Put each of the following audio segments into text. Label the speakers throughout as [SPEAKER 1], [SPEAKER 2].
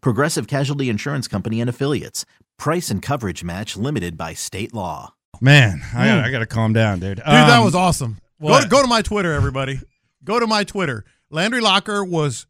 [SPEAKER 1] Progressive Casualty Insurance Company and Affiliates. Price and coverage match limited by state law.
[SPEAKER 2] Man, I, gotta, I gotta calm down, dude.
[SPEAKER 3] Hmm.
[SPEAKER 2] Um,
[SPEAKER 3] Dude, that was awesome. Go
[SPEAKER 2] what?
[SPEAKER 3] to, go to my Twitter, everybody. Go to my Twitter. Landry Locker was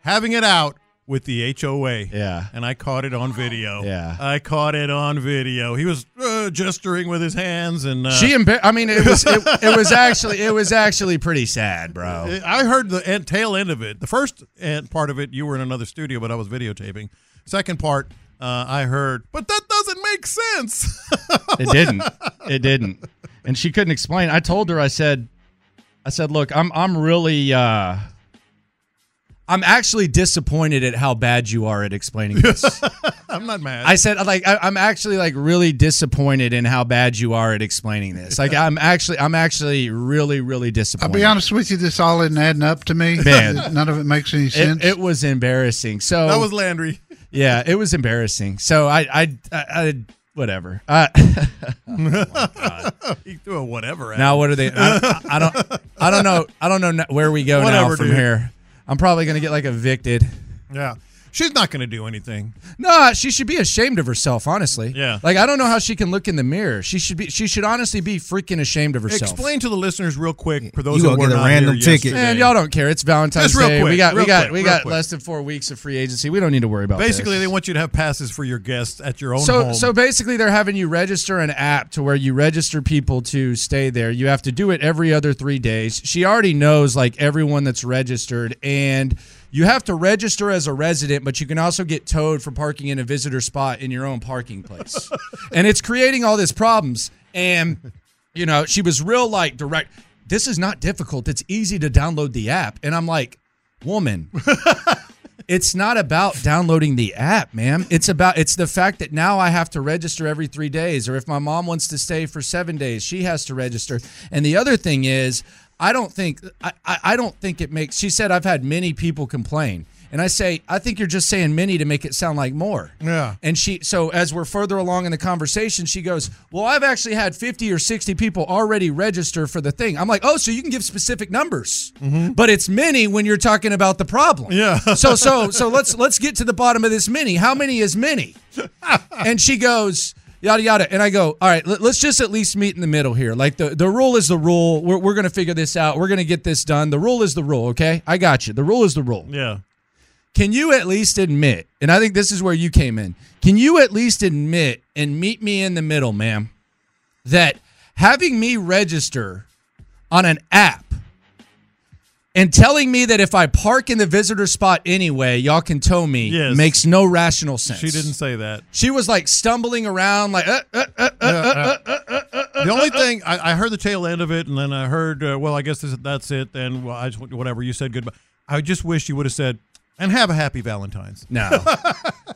[SPEAKER 3] having it out with the HOA.
[SPEAKER 2] Yeah.
[SPEAKER 3] And I caught it on video.
[SPEAKER 2] Yeah.
[SPEAKER 3] I caught it on video. He was uh, gesturing with his hands and. Uh,
[SPEAKER 2] She embar- I mean, it was it, it was actually it was actually pretty sad, bro.
[SPEAKER 3] I heard the end, tail end of it. The first end part of it, you were in another studio, but I was videotaping. Second part, uh, I heard, but that doesn't make sense.
[SPEAKER 2] It didn't. It didn't. And she couldn't explain. I told her. I said, I said, look, I'm I'm really. uh I'm actually disappointed at how bad you are at explaining this.
[SPEAKER 3] I'm not mad.
[SPEAKER 2] I said, like, I, I'm actually like really disappointed in how bad you are at explaining this. Like, I'm actually, I'm actually really, really
[SPEAKER 4] I'll
[SPEAKER 2] disappointed.
[SPEAKER 4] be honest with you, this all isn't adding up to me.
[SPEAKER 2] Man.
[SPEAKER 4] None of it makes any sense.
[SPEAKER 2] It, it was embarrassing. So
[SPEAKER 3] that was Landry.
[SPEAKER 2] Yeah, it was embarrassing. So I, I, I, I whatever. Uh,
[SPEAKER 3] He threw a whatever at
[SPEAKER 2] now what are they? I, I don't, I don't know. I don't know n- where we go now
[SPEAKER 3] Whatever,
[SPEAKER 2] from
[SPEAKER 3] dude.
[SPEAKER 2] here. I'm probably gonna get like evicted.
[SPEAKER 3] me. Yeah. She's not going to do anything.
[SPEAKER 2] No, she should be ashamed of herself. Honestly,
[SPEAKER 3] Yeah.
[SPEAKER 2] Like I don't know how she can look in the mirror. She should be. She should honestly be freaking ashamed of herself.
[SPEAKER 3] Explain to the listeners real quick for those
[SPEAKER 5] You
[SPEAKER 3] who
[SPEAKER 5] gonna
[SPEAKER 3] were
[SPEAKER 5] get a
[SPEAKER 3] not
[SPEAKER 5] random
[SPEAKER 3] here
[SPEAKER 5] ticket.
[SPEAKER 3] yesterday.
[SPEAKER 2] Man, y'all don't care. It's Valentine's
[SPEAKER 3] Just real
[SPEAKER 2] Day. we
[SPEAKER 3] quick,
[SPEAKER 2] got, we
[SPEAKER 3] real
[SPEAKER 2] got,
[SPEAKER 3] quick,
[SPEAKER 2] we
[SPEAKER 3] real
[SPEAKER 2] got
[SPEAKER 3] quick.
[SPEAKER 2] less than four weeks of free agency. We don't need to worry about.
[SPEAKER 3] Basically,
[SPEAKER 2] this.
[SPEAKER 3] they want you to have passes for your guests at your own
[SPEAKER 2] so
[SPEAKER 3] home.
[SPEAKER 2] so basically they're having you register an app to where you register people to stay there you have to do it every other three days she already knows like everyone that's registered and you have to register as a resident but you can also get towed for parking in a visitor spot in your own parking place and it's creating all these problems and you know she was real like direct this is not difficult it's easy to download the app and i'm like woman it's not about downloading the app, ma'am. It's about it's the fact that now I have to register every three days, or if my mom wants to stay for seven days, she has to register. And the other thing is, I don't think I, I I don't think it makes. She said I've had many people complain, and I say I think you're just saying many to make it sound like more.
[SPEAKER 3] Yeah.
[SPEAKER 2] And she so as we're further along in the conversation, she goes, "Well, I've actually had 50 or 60 people already register for the thing." I'm like, "Oh, so you can give specific numbers." But it's many when you're talking about the problem.
[SPEAKER 3] Yeah.
[SPEAKER 2] so so so let's let's get to the bottom of this many. How many is many? And she goes, yada yada. And I go, all right, let, let's just at least meet in the middle here. Like the, the rule is the rule. We're, we're gonna figure this out. We're gonna get this done. The rule is the rule, okay? I got you. The rule is the rule.
[SPEAKER 3] yeah.
[SPEAKER 2] Can you at least admit, and I think this is where you came in, can you at least admit and meet me in the middle, ma'am, that having me register on an app and telling me that if I park in the visitor spot anyway, y'all can tow me
[SPEAKER 3] Yes.
[SPEAKER 2] makes no rational sense.
[SPEAKER 3] She didn't say that.
[SPEAKER 2] She was like stumbling around, like, uh, uh, uh, uh.
[SPEAKER 3] The only thing I, I heard the tail end of it, and then I heard, uh, well, I guess this, that's it. And well, I just whatever you said goodbye. I just wish you would have said, and have a happy Valentine's.
[SPEAKER 2] no,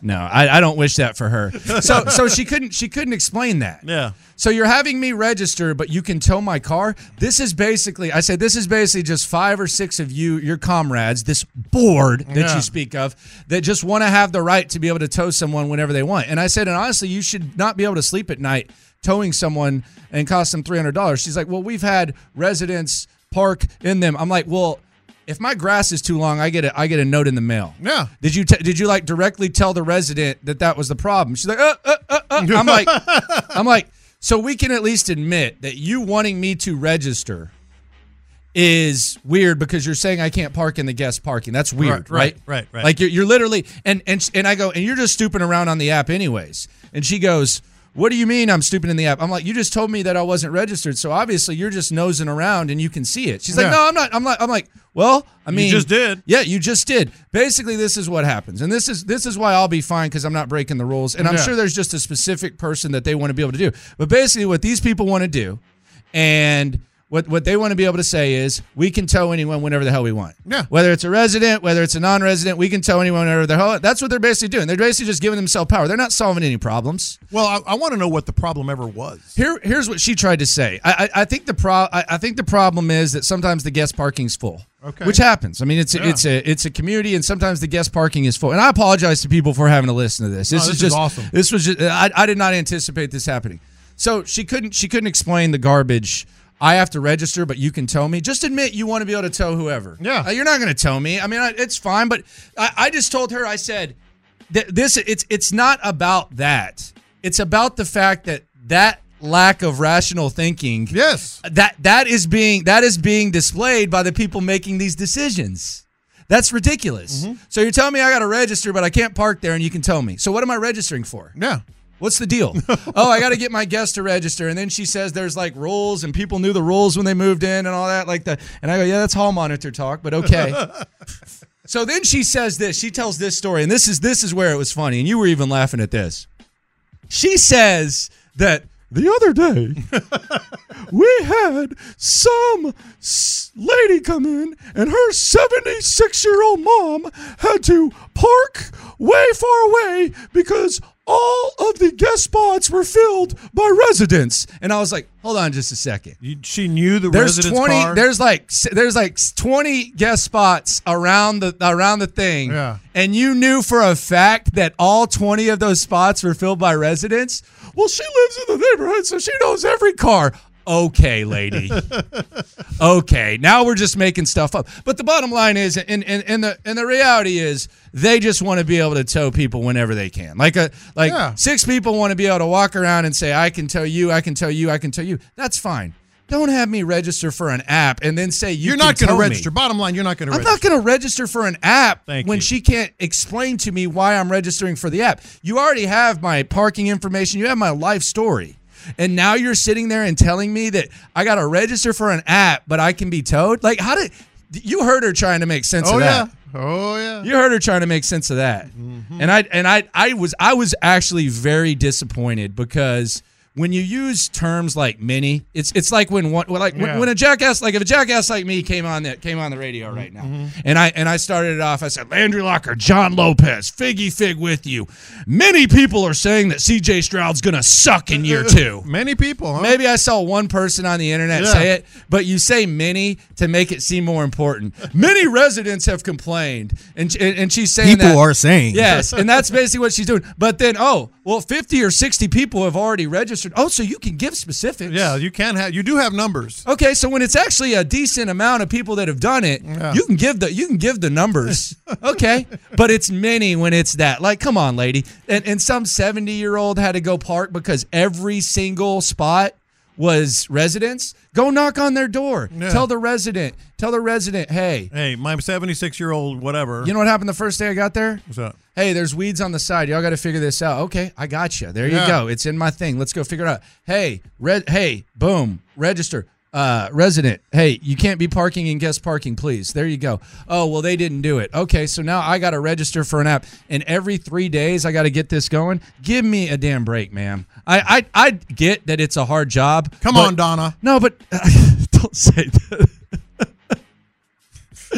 [SPEAKER 2] no, I, I don't wish that for her. So, so she couldn't, she couldn't explain that.
[SPEAKER 3] Yeah.
[SPEAKER 2] So you're having me register, but you can tow my car. This is basically, I said, this is basically just five or six of you, your comrades, this board that
[SPEAKER 3] Yeah.
[SPEAKER 2] you speak of, that just want to have the right to be able to tow someone whenever they want. And I said, and honestly, you should not be able to sleep at night towing someone and cost them three hundred dollars. She's like, well, we've had residents park in them. I'm like, well. If my grass is too long, I get a I get a note in the mail.
[SPEAKER 3] Yeah.
[SPEAKER 2] Did you t- did you like directly tell the resident that that was the problem? She's like, uh, uh, uh, uh. I'm like, I'm like, so we can at least admit that you wanting me to register is weird because you're saying I can't park in the guest parking. That's weird, right?
[SPEAKER 3] Right, right, right, right.
[SPEAKER 2] Like you're, you're literally and and and I go and you're just stooping around on the app anyways. And she goes, "What do you mean I'm stooping in the app?" I'm like, "You just told me that I wasn't registered, so obviously you're just nosing around and you can see it." She's
[SPEAKER 3] Yeah.
[SPEAKER 2] like, "No, I'm not." I'm like, "I'm like, well, I mean,
[SPEAKER 3] just did.
[SPEAKER 2] Yeah, you just did. Basically, this is what happens, and this is this is why I'll be fine because I'm not breaking the rules, and I'm
[SPEAKER 3] Yeah.
[SPEAKER 2] sure there's just a specific person that they want to be able to do. But basically, what these people want to do, and what what they want to be able to say is, we can tow anyone whenever the hell we want.
[SPEAKER 3] Yeah.
[SPEAKER 2] Whether it's a resident, whether it's a non-resident, we can tow anyone whenever the hell. That's what they're basically doing. They're basically just giving themselves power. They're not solving any problems.
[SPEAKER 3] Well, I, I want to know what the problem ever was.
[SPEAKER 2] Here, here's what she tried to say. I, I, I think the pro, I, I think the problem is that sometimes the guest parking's full,
[SPEAKER 3] Okay.
[SPEAKER 2] which happens. I mean, it's a, it's a it's a community, and sometimes the guest parking is full. And I apologize to people for having to listen to this. This, is
[SPEAKER 3] this is
[SPEAKER 2] just
[SPEAKER 3] awesome.
[SPEAKER 2] This was just, I, I did not anticipate this happening. So she couldn't she couldn't explain the garbage. I have to register, but you can tow me. Just admit you want to be able to tow whoever.
[SPEAKER 3] Yeah.
[SPEAKER 2] Uh, you're not going to tow me. I mean, I, it's fine, but I, I just told her. I said th- this it's it's not about that. It's about the fact that that lack of rational thinking
[SPEAKER 3] Yes.
[SPEAKER 2] that that is being that is being displayed by the people making these decisions. That's ridiculous. So you're telling me I got to register, but I can't park there, and you can tell me. So what am I registering for?
[SPEAKER 3] Yeah.
[SPEAKER 2] What's the deal? oh, I got to get my guest to register, and then she says there's like rules, and people knew the rules when they moved in and all that, like that. And I go, yeah, that's hall monitor talk, but okay. so then she says this. She tells this story, and this is this is where it was funny, and you were even laughing at this. She says that the other day we had some s- lady come in and her 76 year old mom had to park way far away because all of the guest spots were filled by residents and i was like hold on just a second
[SPEAKER 3] You- she knew the
[SPEAKER 2] there's
[SPEAKER 3] resident's
[SPEAKER 2] 20
[SPEAKER 3] car.
[SPEAKER 2] there's like s- there's like s- 20 guest spots around the around the thing
[SPEAKER 3] Yeah.
[SPEAKER 2] and you knew for a fact that all 20 of those spots were filled by residents well she lives in the neighborhood so she knows every car okay lady okay now we're just making stuff up but the bottom line is and and, and the and the reality is they just want to be able to tow people whenever they can like a like
[SPEAKER 3] Yeah.
[SPEAKER 2] six people want to be able to walk around and say i can tell you i can tell you i can tell you that's fine don't have me register for an app and then say you
[SPEAKER 3] you're not
[SPEAKER 2] going to
[SPEAKER 3] register. Bottom line, you're not going to
[SPEAKER 2] I'm
[SPEAKER 3] register.
[SPEAKER 2] not going to register for an app
[SPEAKER 3] Thank
[SPEAKER 2] when
[SPEAKER 3] you.
[SPEAKER 2] she can't explain to me why I'm registering for the app. You already have my parking information, you have my life story. And now you're sitting there and telling me that I got to register for an app, but I can be towed? Like, how did you heard her trying to make sense
[SPEAKER 3] oh
[SPEAKER 2] of
[SPEAKER 3] yeah.
[SPEAKER 2] that?
[SPEAKER 3] Oh yeah. Mm-hmm.
[SPEAKER 2] You heard her trying to make sense of that. And I and I I was I was actually very disappointed because when you use terms like mini, it's it's like when one well, like when-
[SPEAKER 3] Yeah.
[SPEAKER 2] when, a jackass like if a jackass like me came on that came on the radio right now,
[SPEAKER 3] Mm-hmm.
[SPEAKER 2] and I and I started it off. I said Landry Locker, John Lopez, Figgy Fig with you. Many people are saying that C.J. Stroud's gonna suck in year two.
[SPEAKER 3] Many people. Huh?
[SPEAKER 2] Maybe I saw one person on the internet
[SPEAKER 3] Yeah.
[SPEAKER 2] say it, but you say many to make it seem more important. Many residents have complained, and and, and she's saying
[SPEAKER 1] People
[SPEAKER 2] that-
[SPEAKER 1] are saying.
[SPEAKER 2] yes, and that's basically what she's doing. But then, oh, well, fifty or sixty people have already registered. Oh, so you can give specifics.
[SPEAKER 3] Yeah. You can have. You do have numbers.
[SPEAKER 2] Okay, so when it's actually a decent amount of people that have done it, you can give the you can give the numbers. Okay, but it's many when it's that. Like, come on, lady, and and some seventy year old had to go park because every single spot was residents. Go knock on their door. Tell the resident. Tell the resident, hey,
[SPEAKER 3] Hey, my 76 year old whatever.
[SPEAKER 2] you know what happened the first day I got there?
[SPEAKER 3] What's up?
[SPEAKER 2] Hey, there's weeds on the side. Y'all got to figure this out. Okay, I got you. There
[SPEAKER 3] Yeah.
[SPEAKER 2] you go. It's in my thing. Let's go figure it out. Hey, red. Hey, boom. Register. Uh, resident. Hey, you can't be parking in guest parking, please. There you go. Oh well, they didn't do it. Okay, so now I got to register for an app, and every three days I got to get this going. Give me a damn break, ma'am. I I, I get that it's a hard job.
[SPEAKER 3] Come
[SPEAKER 2] but-
[SPEAKER 3] on, Donna.
[SPEAKER 2] No, but don't say that.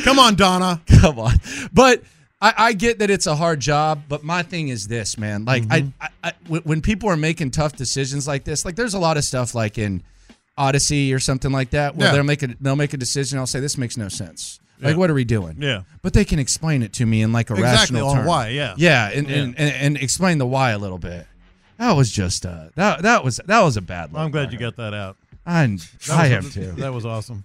[SPEAKER 3] Come on, Donna.
[SPEAKER 2] come on. But I, I get that it's a hard job, but my thing is this, man. Like
[SPEAKER 3] Mm-hmm.
[SPEAKER 2] I, I, I, when- when people are making tough decisions like this, like there's a lot of stuff like in Odyssey or something like that where
[SPEAKER 3] Yeah.
[SPEAKER 2] they'll make a they'll make a decision. I'll say this makes no sense. Like what are we doing?
[SPEAKER 3] Yeah.
[SPEAKER 2] But they can explain it to me in like a
[SPEAKER 3] Exactly.
[SPEAKER 2] rational
[SPEAKER 3] On
[SPEAKER 2] term.
[SPEAKER 3] why? Yeah.
[SPEAKER 2] Yeah, and, And, and and explain the why a little bit. That was just uh that that was that was a bad look.
[SPEAKER 3] I'm glad you
[SPEAKER 2] Parker.
[SPEAKER 3] got that out.
[SPEAKER 2] I'm,
[SPEAKER 3] That
[SPEAKER 2] I
[SPEAKER 3] was-
[SPEAKER 2] have too.
[SPEAKER 3] That was awesome.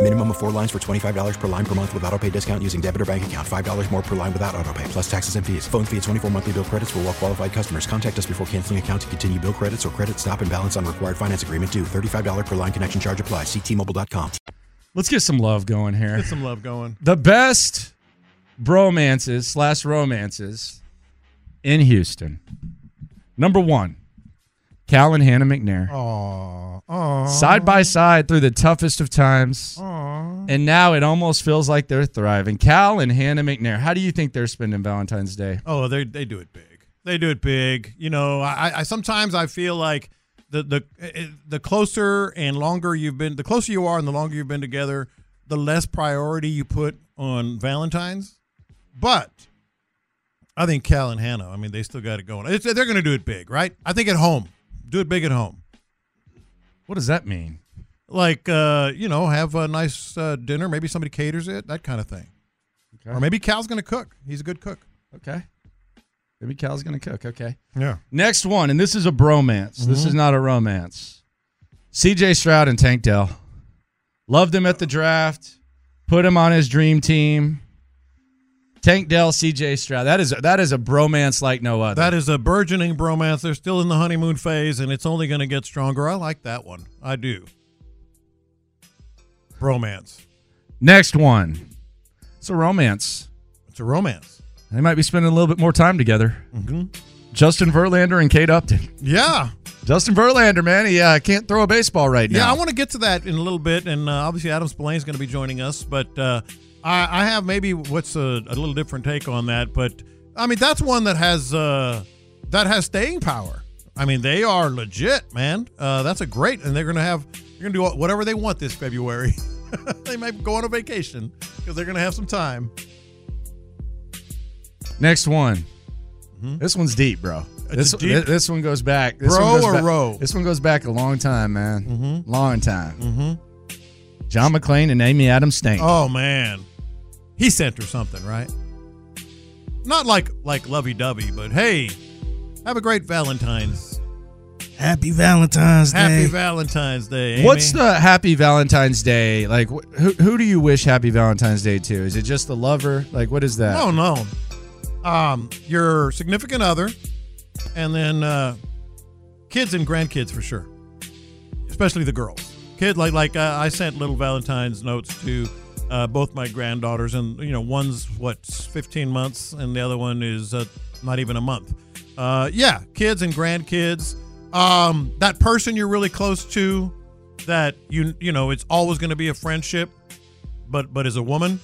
[SPEAKER 6] Minimum of four lines for $25 per line per month with auto pay discount using debit or bank account. $5 more per line without auto pay, plus taxes and fees. Phone fee at 24 monthly bill credits for all well qualified customers. Contact us before canceling account to continue bill credits or credit stop and balance on required finance agreement due. $35 per line connection charge apply. Ctmobile.com.
[SPEAKER 2] Let's get some love going here.
[SPEAKER 3] Get some love going.
[SPEAKER 2] The best bromances slash romances in Houston. Number one, Cal and Hannah McNair.
[SPEAKER 3] Aw, aw.
[SPEAKER 2] Side by side through the toughest of times. And now it almost feels like they're thriving. Cal and Hannah McNair, how do you think they're spending Valentine's Day?
[SPEAKER 3] Oh, they they do it big. They do it big. You know, I, I sometimes I feel like the the eh, the closer and longer you've been, the closer you are, and the longer you've been together, the less priority you put on Valentine's. But I think Cal and Hannah. I mean, they still got it going. It's, they're going to do it big, right? I think at home, do it big at home.
[SPEAKER 2] What does that mean?
[SPEAKER 3] Like uh, you know, have a nice uh, dinner. Maybe somebody caters it, that kind of thing.
[SPEAKER 2] Okay.
[SPEAKER 3] Or maybe Cal's going to cook. He's a good cook.
[SPEAKER 2] Okay. Maybe Cal's going to cook. Okay.
[SPEAKER 3] Yeah.
[SPEAKER 2] Next one, and this is a bromance. This is not a romance. CJ Stroud and Tank Dell. Loved him at the draft. Put him on his dream team. Tank Dell, CJ Stroud. That is that is a bromance like no other.
[SPEAKER 3] That is a burgeoning bromance. They're still in the honeymoon phase, and it's only going to get stronger. I like that one. I do. Bromance.
[SPEAKER 2] Next one. It's a romance.
[SPEAKER 3] It's a romance.
[SPEAKER 2] They might be spending a little bit more time together.
[SPEAKER 3] Mhm.
[SPEAKER 2] Justin Verlander and Kate Upton.
[SPEAKER 3] Yeah.
[SPEAKER 2] Justin Verlander, man, he uh, can't throw a baseball right now.
[SPEAKER 3] Yeah, I want to get to that in a little bit, and uh, obviously Adam Spillane's going to be joining us, but uh, I, I have maybe what's a, a little different take on that. But I mean, that's one that has uh, that has staying power. I mean, they are legit, man. Uh, that's a great, and they're going to have they're going to do whatever they want this February. they might go on a vacation because they're going to have some time.
[SPEAKER 2] Next one.
[SPEAKER 7] Mm-hmm.
[SPEAKER 2] This one's deep, bro. This,
[SPEAKER 3] a deep-
[SPEAKER 2] thi- this one goes back. This
[SPEAKER 3] Bro
[SPEAKER 2] one goes
[SPEAKER 3] or
[SPEAKER 2] back-
[SPEAKER 3] row?
[SPEAKER 2] This one goes back a long time, man.
[SPEAKER 7] Mm-hmm.
[SPEAKER 2] Long time. John McClain and Amy Adams Stank.
[SPEAKER 3] Oh man, he sent her something, right? Not like like lovey dovey, but hey, have a great Valentine's.
[SPEAKER 7] Happy Valentine's
[SPEAKER 3] Happy
[SPEAKER 7] Day.
[SPEAKER 3] Valentine's Day. Amy.
[SPEAKER 2] What's the happy Valentine's Day? Like, wh- who, who do you wish happy Valentine's Day to? Is it just the lover? Like, what is that?
[SPEAKER 3] No, no. Um, your significant other, and then uh, kids and grandkids for sure, especially the girls. Kid, like like uh, I sent little Valentine's notes to uh, both my granddaughters, and you know, one's what 15 months, and the other one is uh, not even a month. Uh, yeah, kids and grandkids. Um, that person you're really close to, that you you know, it's always going to be a friendship, but but as a woman,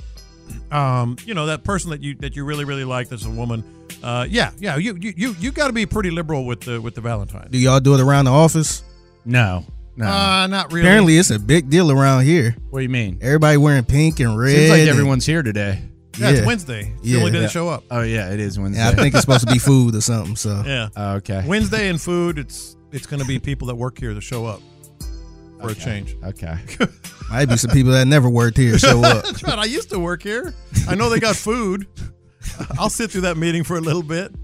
[SPEAKER 3] um, you know that person that you that you really really like that's a woman. Uh, yeah, yeah, you you you, you got to be pretty liberal with the with the Valentine.
[SPEAKER 7] Do y'all do it around the office?
[SPEAKER 2] no. No.
[SPEAKER 3] Uh, not really.
[SPEAKER 7] Apparently, it's a big deal around here.
[SPEAKER 2] what do you mean?
[SPEAKER 7] Everybody wearing pink and red.
[SPEAKER 2] Seems like
[SPEAKER 7] and-
[SPEAKER 2] everyone's here today.
[SPEAKER 3] yeah, it's
[SPEAKER 7] yeah.
[SPEAKER 3] Wednesday. It's
[SPEAKER 7] Yeah.
[SPEAKER 3] the only day
[SPEAKER 7] Yeah.
[SPEAKER 3] to show up.
[SPEAKER 2] Oh yeah, it is Wednesday.
[SPEAKER 7] Yeah, I think it's supposed to be food or something. So
[SPEAKER 3] Yeah,
[SPEAKER 2] Oh, okay.
[SPEAKER 3] Wednesday and food. It's it's going to be people that work here to show up for a change.
[SPEAKER 2] Okay.
[SPEAKER 7] might be some people that never worked here show up.
[SPEAKER 3] That's right. I used to work here. I know they got food. I'll sit through that meeting for a little bit.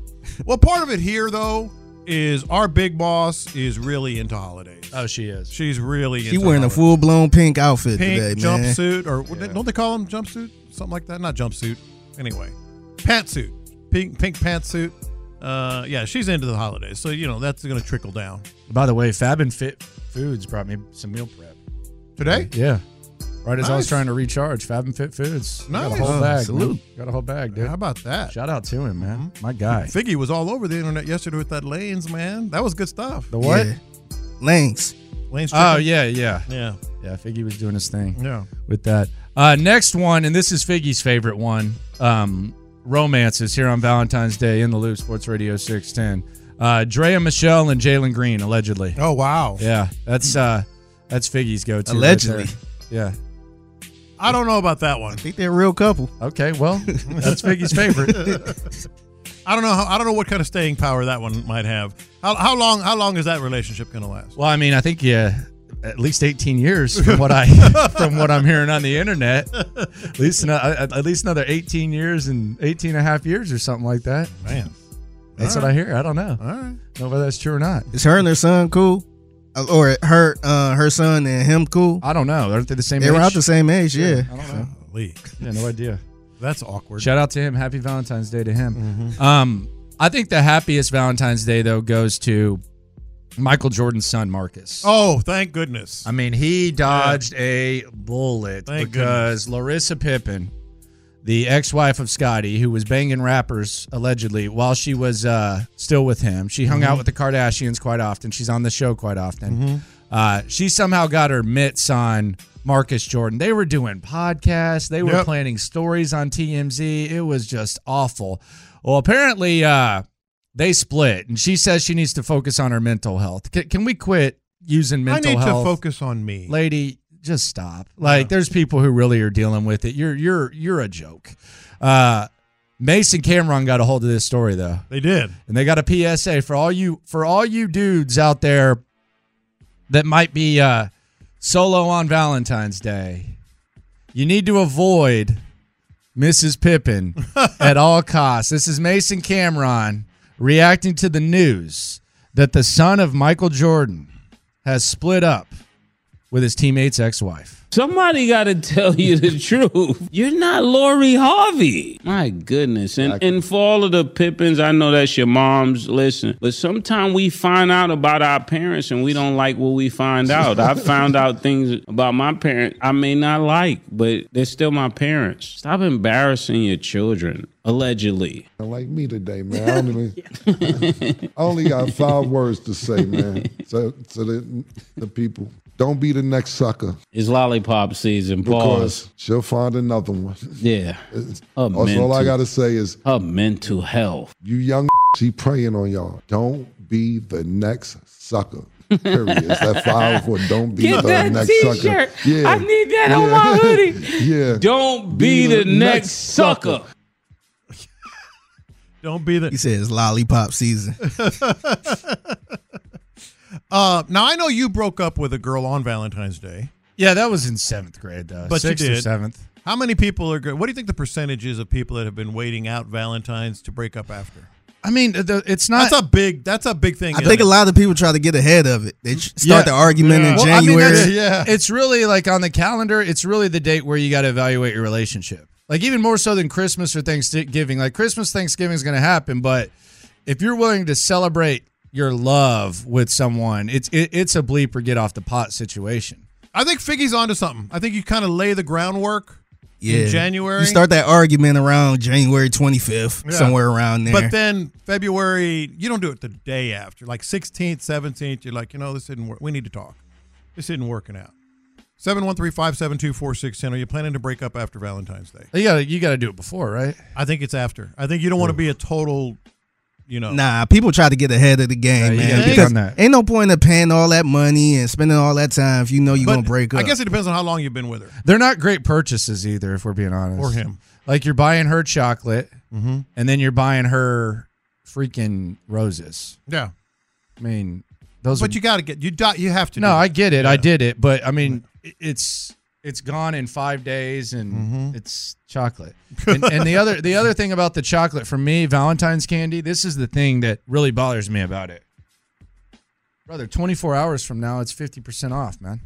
[SPEAKER 3] Well, part of it here though is our big boss is really into holidays.
[SPEAKER 2] Oh, she is.
[SPEAKER 3] She's really.
[SPEAKER 7] She
[SPEAKER 3] into
[SPEAKER 7] wearing a
[SPEAKER 3] holidays.
[SPEAKER 7] full blown pink outfit
[SPEAKER 3] pink
[SPEAKER 7] today, man.
[SPEAKER 3] jumpsuit or what they- don't they call them jumpsuit something like that not jumpsuit anyway pantsuit pink pink pantsuit. Uh, yeah, she's into the holidays, so you know that's going to trickle down.
[SPEAKER 2] By the way, Fab and Fit Foods brought me some meal prep
[SPEAKER 3] Today?
[SPEAKER 2] Yeah. Right as I was
[SPEAKER 3] Nice.
[SPEAKER 2] trying to recharge, Fab and Fit Foods. I Got
[SPEAKER 3] Nice.
[SPEAKER 2] a whole
[SPEAKER 3] Oh,
[SPEAKER 2] bag.
[SPEAKER 3] salute.
[SPEAKER 2] man. Got a whole bag, dude.
[SPEAKER 3] How about Mm-hmm. that?
[SPEAKER 2] Shout out to him, man. My guy.
[SPEAKER 3] Figgy was all over the internet yesterday with that lanes, man. That was good stuff.
[SPEAKER 2] The what?
[SPEAKER 7] Yeah. Lanes.
[SPEAKER 3] Lanes.
[SPEAKER 2] Oh
[SPEAKER 3] chicken?
[SPEAKER 2] yeah, yeah,
[SPEAKER 3] Yeah.
[SPEAKER 2] yeah. Figgy was doing his thing.
[SPEAKER 3] Yeah.
[SPEAKER 2] with that. Uh, next one, and this is Figgy's favorite one. Um, romances here on Valentine's Day in the Loop Sports Radio six ten. Uh, Drea Michelle and Jalen Green allegedly.
[SPEAKER 3] Oh wow.
[SPEAKER 2] Yeah, that's uh, that's Figgy's go to.
[SPEAKER 7] Allegedly.
[SPEAKER 2] yeah.
[SPEAKER 3] I don't know about that one.
[SPEAKER 7] I think they're a real couple.
[SPEAKER 2] Okay, well, that's Figgy's favorite.
[SPEAKER 3] I don't know. How, I don't know what kind of staying power that one might have. How, how long? How long is that relationship going to last?
[SPEAKER 2] Well, I mean, I think yeah, at least eighteen years from what I from what I'm hearing on the internet. At least ano- at at least another eighteen years and 18 and a half years or something like that.
[SPEAKER 3] Man.
[SPEAKER 2] That's what I hear. I don't know. All
[SPEAKER 3] right.
[SPEAKER 2] Know whether that's true or not.
[SPEAKER 7] Is her and her son cool? Uh, Or her uh, her son and him cool?
[SPEAKER 2] I don't know. Aren't they the same
[SPEAKER 7] They
[SPEAKER 2] age?
[SPEAKER 7] were out the same age, yeah.
[SPEAKER 2] I don't know.
[SPEAKER 3] Lee,
[SPEAKER 2] Yeah, no idea.
[SPEAKER 3] that's awkward.
[SPEAKER 2] Shout out to him. Happy Valentine's Day to him.
[SPEAKER 7] Mm-hmm.
[SPEAKER 2] Um, I think the happiest Valentine's Day though goes to Michael Jordan's son Marcus.
[SPEAKER 3] Oh, thank goodness.
[SPEAKER 2] I mean, he dodged a bullet
[SPEAKER 3] Thank
[SPEAKER 2] because Larissa Pippen, the ex-wife of Scotty, who was banging rappers allegedly while she was uh, still with him, she hung
[SPEAKER 3] Mm-hmm.
[SPEAKER 2] out with the Kardashians quite often. She's on the show quite often. Uh, she somehow got her mitts on Marcus Jordan. They were doing podcasts. They were
[SPEAKER 3] Yep.
[SPEAKER 2] planning stories on TMZ. It was just awful. Well, apparently, uh, they split, and she says she needs to focus on her mental health. C- can we quit using
[SPEAKER 3] I
[SPEAKER 2] mental
[SPEAKER 3] need
[SPEAKER 2] health?
[SPEAKER 3] to focus on me.
[SPEAKER 2] lady just stop like there's people who really are dealing with it you're you're you're a joke uh mason cameron got a hold of this story though
[SPEAKER 3] They did.
[SPEAKER 2] and they got a psa for all you for all you dudes out there that might be uh solo on valentine's day you need to avoid mrs pippin at all costs this is mason cameron reacting to the news that the son of michael jordan has split up with his teammate's ex-wife
[SPEAKER 8] Somebody got to tell you the truth. You're not Lori Harvey. My goodness. And, and for all of the Pippins, I know that's your mom's. Listen, but sometimes we find out about our parents and we don't like what we find out. I found out things about my parents I may not like, but they're still my parents. Stop embarrassing your children, allegedly.
[SPEAKER 9] Like me today, man. I only, I only got five words to say, man. So, so the, the people, don't be the next sucker
[SPEAKER 8] It's lollipop season. Pause.
[SPEAKER 9] because she'll find another one.
[SPEAKER 8] Yeah. A
[SPEAKER 9] Also, all I
[SPEAKER 8] mental-
[SPEAKER 9] gotta say is
[SPEAKER 8] a mental health.
[SPEAKER 9] You young, she preying on y'all. Don't be the next sucker. Period. It's that five for don't be
[SPEAKER 8] Get
[SPEAKER 9] the
[SPEAKER 8] that
[SPEAKER 9] next
[SPEAKER 8] t-shirt.
[SPEAKER 9] sucker. Yeah,
[SPEAKER 8] I need that on my hoodie.
[SPEAKER 9] yeah.
[SPEAKER 8] Don't be, the, next, sucker.
[SPEAKER 3] Don't be the.
[SPEAKER 7] He says lollipop season.
[SPEAKER 3] Uh, now I know you broke up with a girl on Valentine's Day.
[SPEAKER 2] yeah that was in seventh grade though
[SPEAKER 3] But you
[SPEAKER 2] sixth or
[SPEAKER 3] did.
[SPEAKER 2] seventh
[SPEAKER 3] How many people are? go- What do you think the percentage is of people that have been waiting out Valentine's to break up after?
[SPEAKER 2] i mean the, it's not
[SPEAKER 3] That's a big. That's a big thing.
[SPEAKER 7] I
[SPEAKER 3] isn't
[SPEAKER 7] think a
[SPEAKER 3] it?
[SPEAKER 7] lot of people try to get ahead of it. They tr- start
[SPEAKER 2] Yeah.
[SPEAKER 7] the argument in
[SPEAKER 3] Yeah.
[SPEAKER 2] Well, I mean,
[SPEAKER 7] January.
[SPEAKER 2] that's-
[SPEAKER 3] Yeah.
[SPEAKER 2] It's really like on the calendar, it's really the date where you got to evaluate your relationship. Like even more so than Christmas or Thanksgiving. Like Christmas, Thanksgiving is going to happen, but if you're willing to celebrate your love with someone, it's it, it's a bleep or get off the pot situation.
[SPEAKER 3] I think Figgy's onto something. I think you kind of lay the groundwork.
[SPEAKER 7] yeah.
[SPEAKER 3] January.
[SPEAKER 7] You start that argument around January 25th,
[SPEAKER 3] Yeah.
[SPEAKER 7] somewhere around there.
[SPEAKER 3] But then February, you don't do it the day after, like 16th, 17th. You're like, you know, this didn't work. We need to talk. This isn't working out. 713 572 4610. Are you planning to break up after Valentine's Day?
[SPEAKER 2] You got to you got to do it before, right?
[SPEAKER 3] I think it's after. I think you don't want to be a total, you know.
[SPEAKER 7] Nah, people try to get ahead of the game,
[SPEAKER 2] you
[SPEAKER 7] man.
[SPEAKER 2] gotta get
[SPEAKER 7] Because
[SPEAKER 2] on that.
[SPEAKER 7] ain't no point in paying all that money and spending all that time if you know you're
[SPEAKER 3] But
[SPEAKER 7] gonna break up.
[SPEAKER 3] I guess it depends on how long you've been with her.
[SPEAKER 2] They're not great purchases either if we're being honest.
[SPEAKER 3] Or him. Mm-hmm.
[SPEAKER 2] Like you're buying her chocolate and then you're buying her freaking roses.
[SPEAKER 3] Yeah.
[SPEAKER 2] I mean, those
[SPEAKER 3] But
[SPEAKER 2] are
[SPEAKER 3] you got to get, you do, you have to
[SPEAKER 2] No,
[SPEAKER 3] do
[SPEAKER 2] I
[SPEAKER 3] it.
[SPEAKER 2] get it. I
[SPEAKER 3] Yeah.
[SPEAKER 2] did it, but I mean, i- it's it's gone in five days, and
[SPEAKER 3] Mm-hmm.
[SPEAKER 2] it's chocolate. And, and the other the other thing about the chocolate for me, Valentine's candy. This is the thing that really bothers me about it. Brother, 24 hours from now, it's 50% off, man.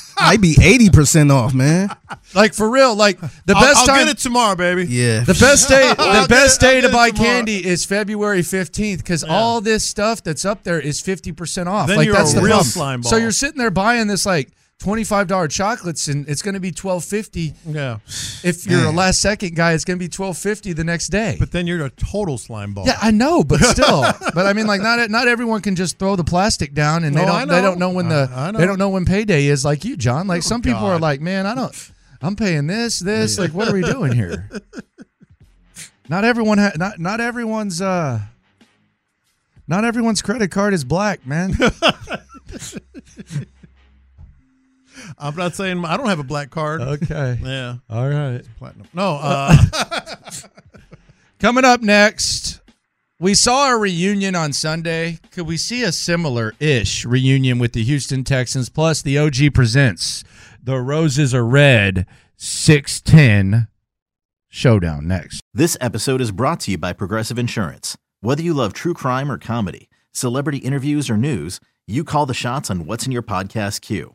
[SPEAKER 10] I'd be eighty percent off, man.
[SPEAKER 2] Like for real, like the
[SPEAKER 3] I'll-
[SPEAKER 2] best
[SPEAKER 3] I'll
[SPEAKER 2] time.
[SPEAKER 3] get it tomorrow, baby.
[SPEAKER 10] Yeah.
[SPEAKER 2] The best day, the
[SPEAKER 3] I'll get
[SPEAKER 2] best
[SPEAKER 3] it- I'll
[SPEAKER 2] day
[SPEAKER 3] get
[SPEAKER 2] to
[SPEAKER 3] it
[SPEAKER 2] buy
[SPEAKER 3] tomorrow.
[SPEAKER 2] candy is February fifteenth because all this stuff that's up there is fifty percent off.
[SPEAKER 3] Then
[SPEAKER 2] like
[SPEAKER 3] you're
[SPEAKER 2] that's
[SPEAKER 3] a
[SPEAKER 2] the
[SPEAKER 3] real
[SPEAKER 2] problem.
[SPEAKER 3] slime
[SPEAKER 2] So
[SPEAKER 3] ball.
[SPEAKER 2] you're sitting there buying this like twenty five dollar chocolates and it's going to be twelve fifty.
[SPEAKER 3] Yeah.
[SPEAKER 2] If you're a
[SPEAKER 3] Man.
[SPEAKER 2] last second guy, it's going to be twelve fifty the next day.
[SPEAKER 3] But then you're a total slime ball.
[SPEAKER 2] Yeah, I know, but still. but I mean, like, not not everyone can just throw the plastic down, and they
[SPEAKER 3] No, Oh, I
[SPEAKER 2] don't they don't
[SPEAKER 3] know.
[SPEAKER 2] know when the
[SPEAKER 3] I- I know. Oh,
[SPEAKER 2] they don't know when payday is, like you, John. Like some people are
[SPEAKER 3] God.
[SPEAKER 2] like, man, I don't, I'm paying this, this. Like, what are we doing here? Not everyone, ha- not not everyone's, uh, not everyone's credit card is black, man.
[SPEAKER 3] I'm not saying I don't have a black card.
[SPEAKER 2] Uh, Okay.
[SPEAKER 3] Yeah.
[SPEAKER 2] All right.
[SPEAKER 3] Platinum. No. Uh,
[SPEAKER 2] Coming up next, we saw a reunion on Sunday. Could we see a similar ish reunion with the Houston Texans? Plus, the OG presents The Roses Are Red 610 Showdown next.
[SPEAKER 1] This episode is brought to you by Progressive Insurance. Whether you love true crime or comedy, celebrity interviews or news, you call the shots on what's in your podcast queue.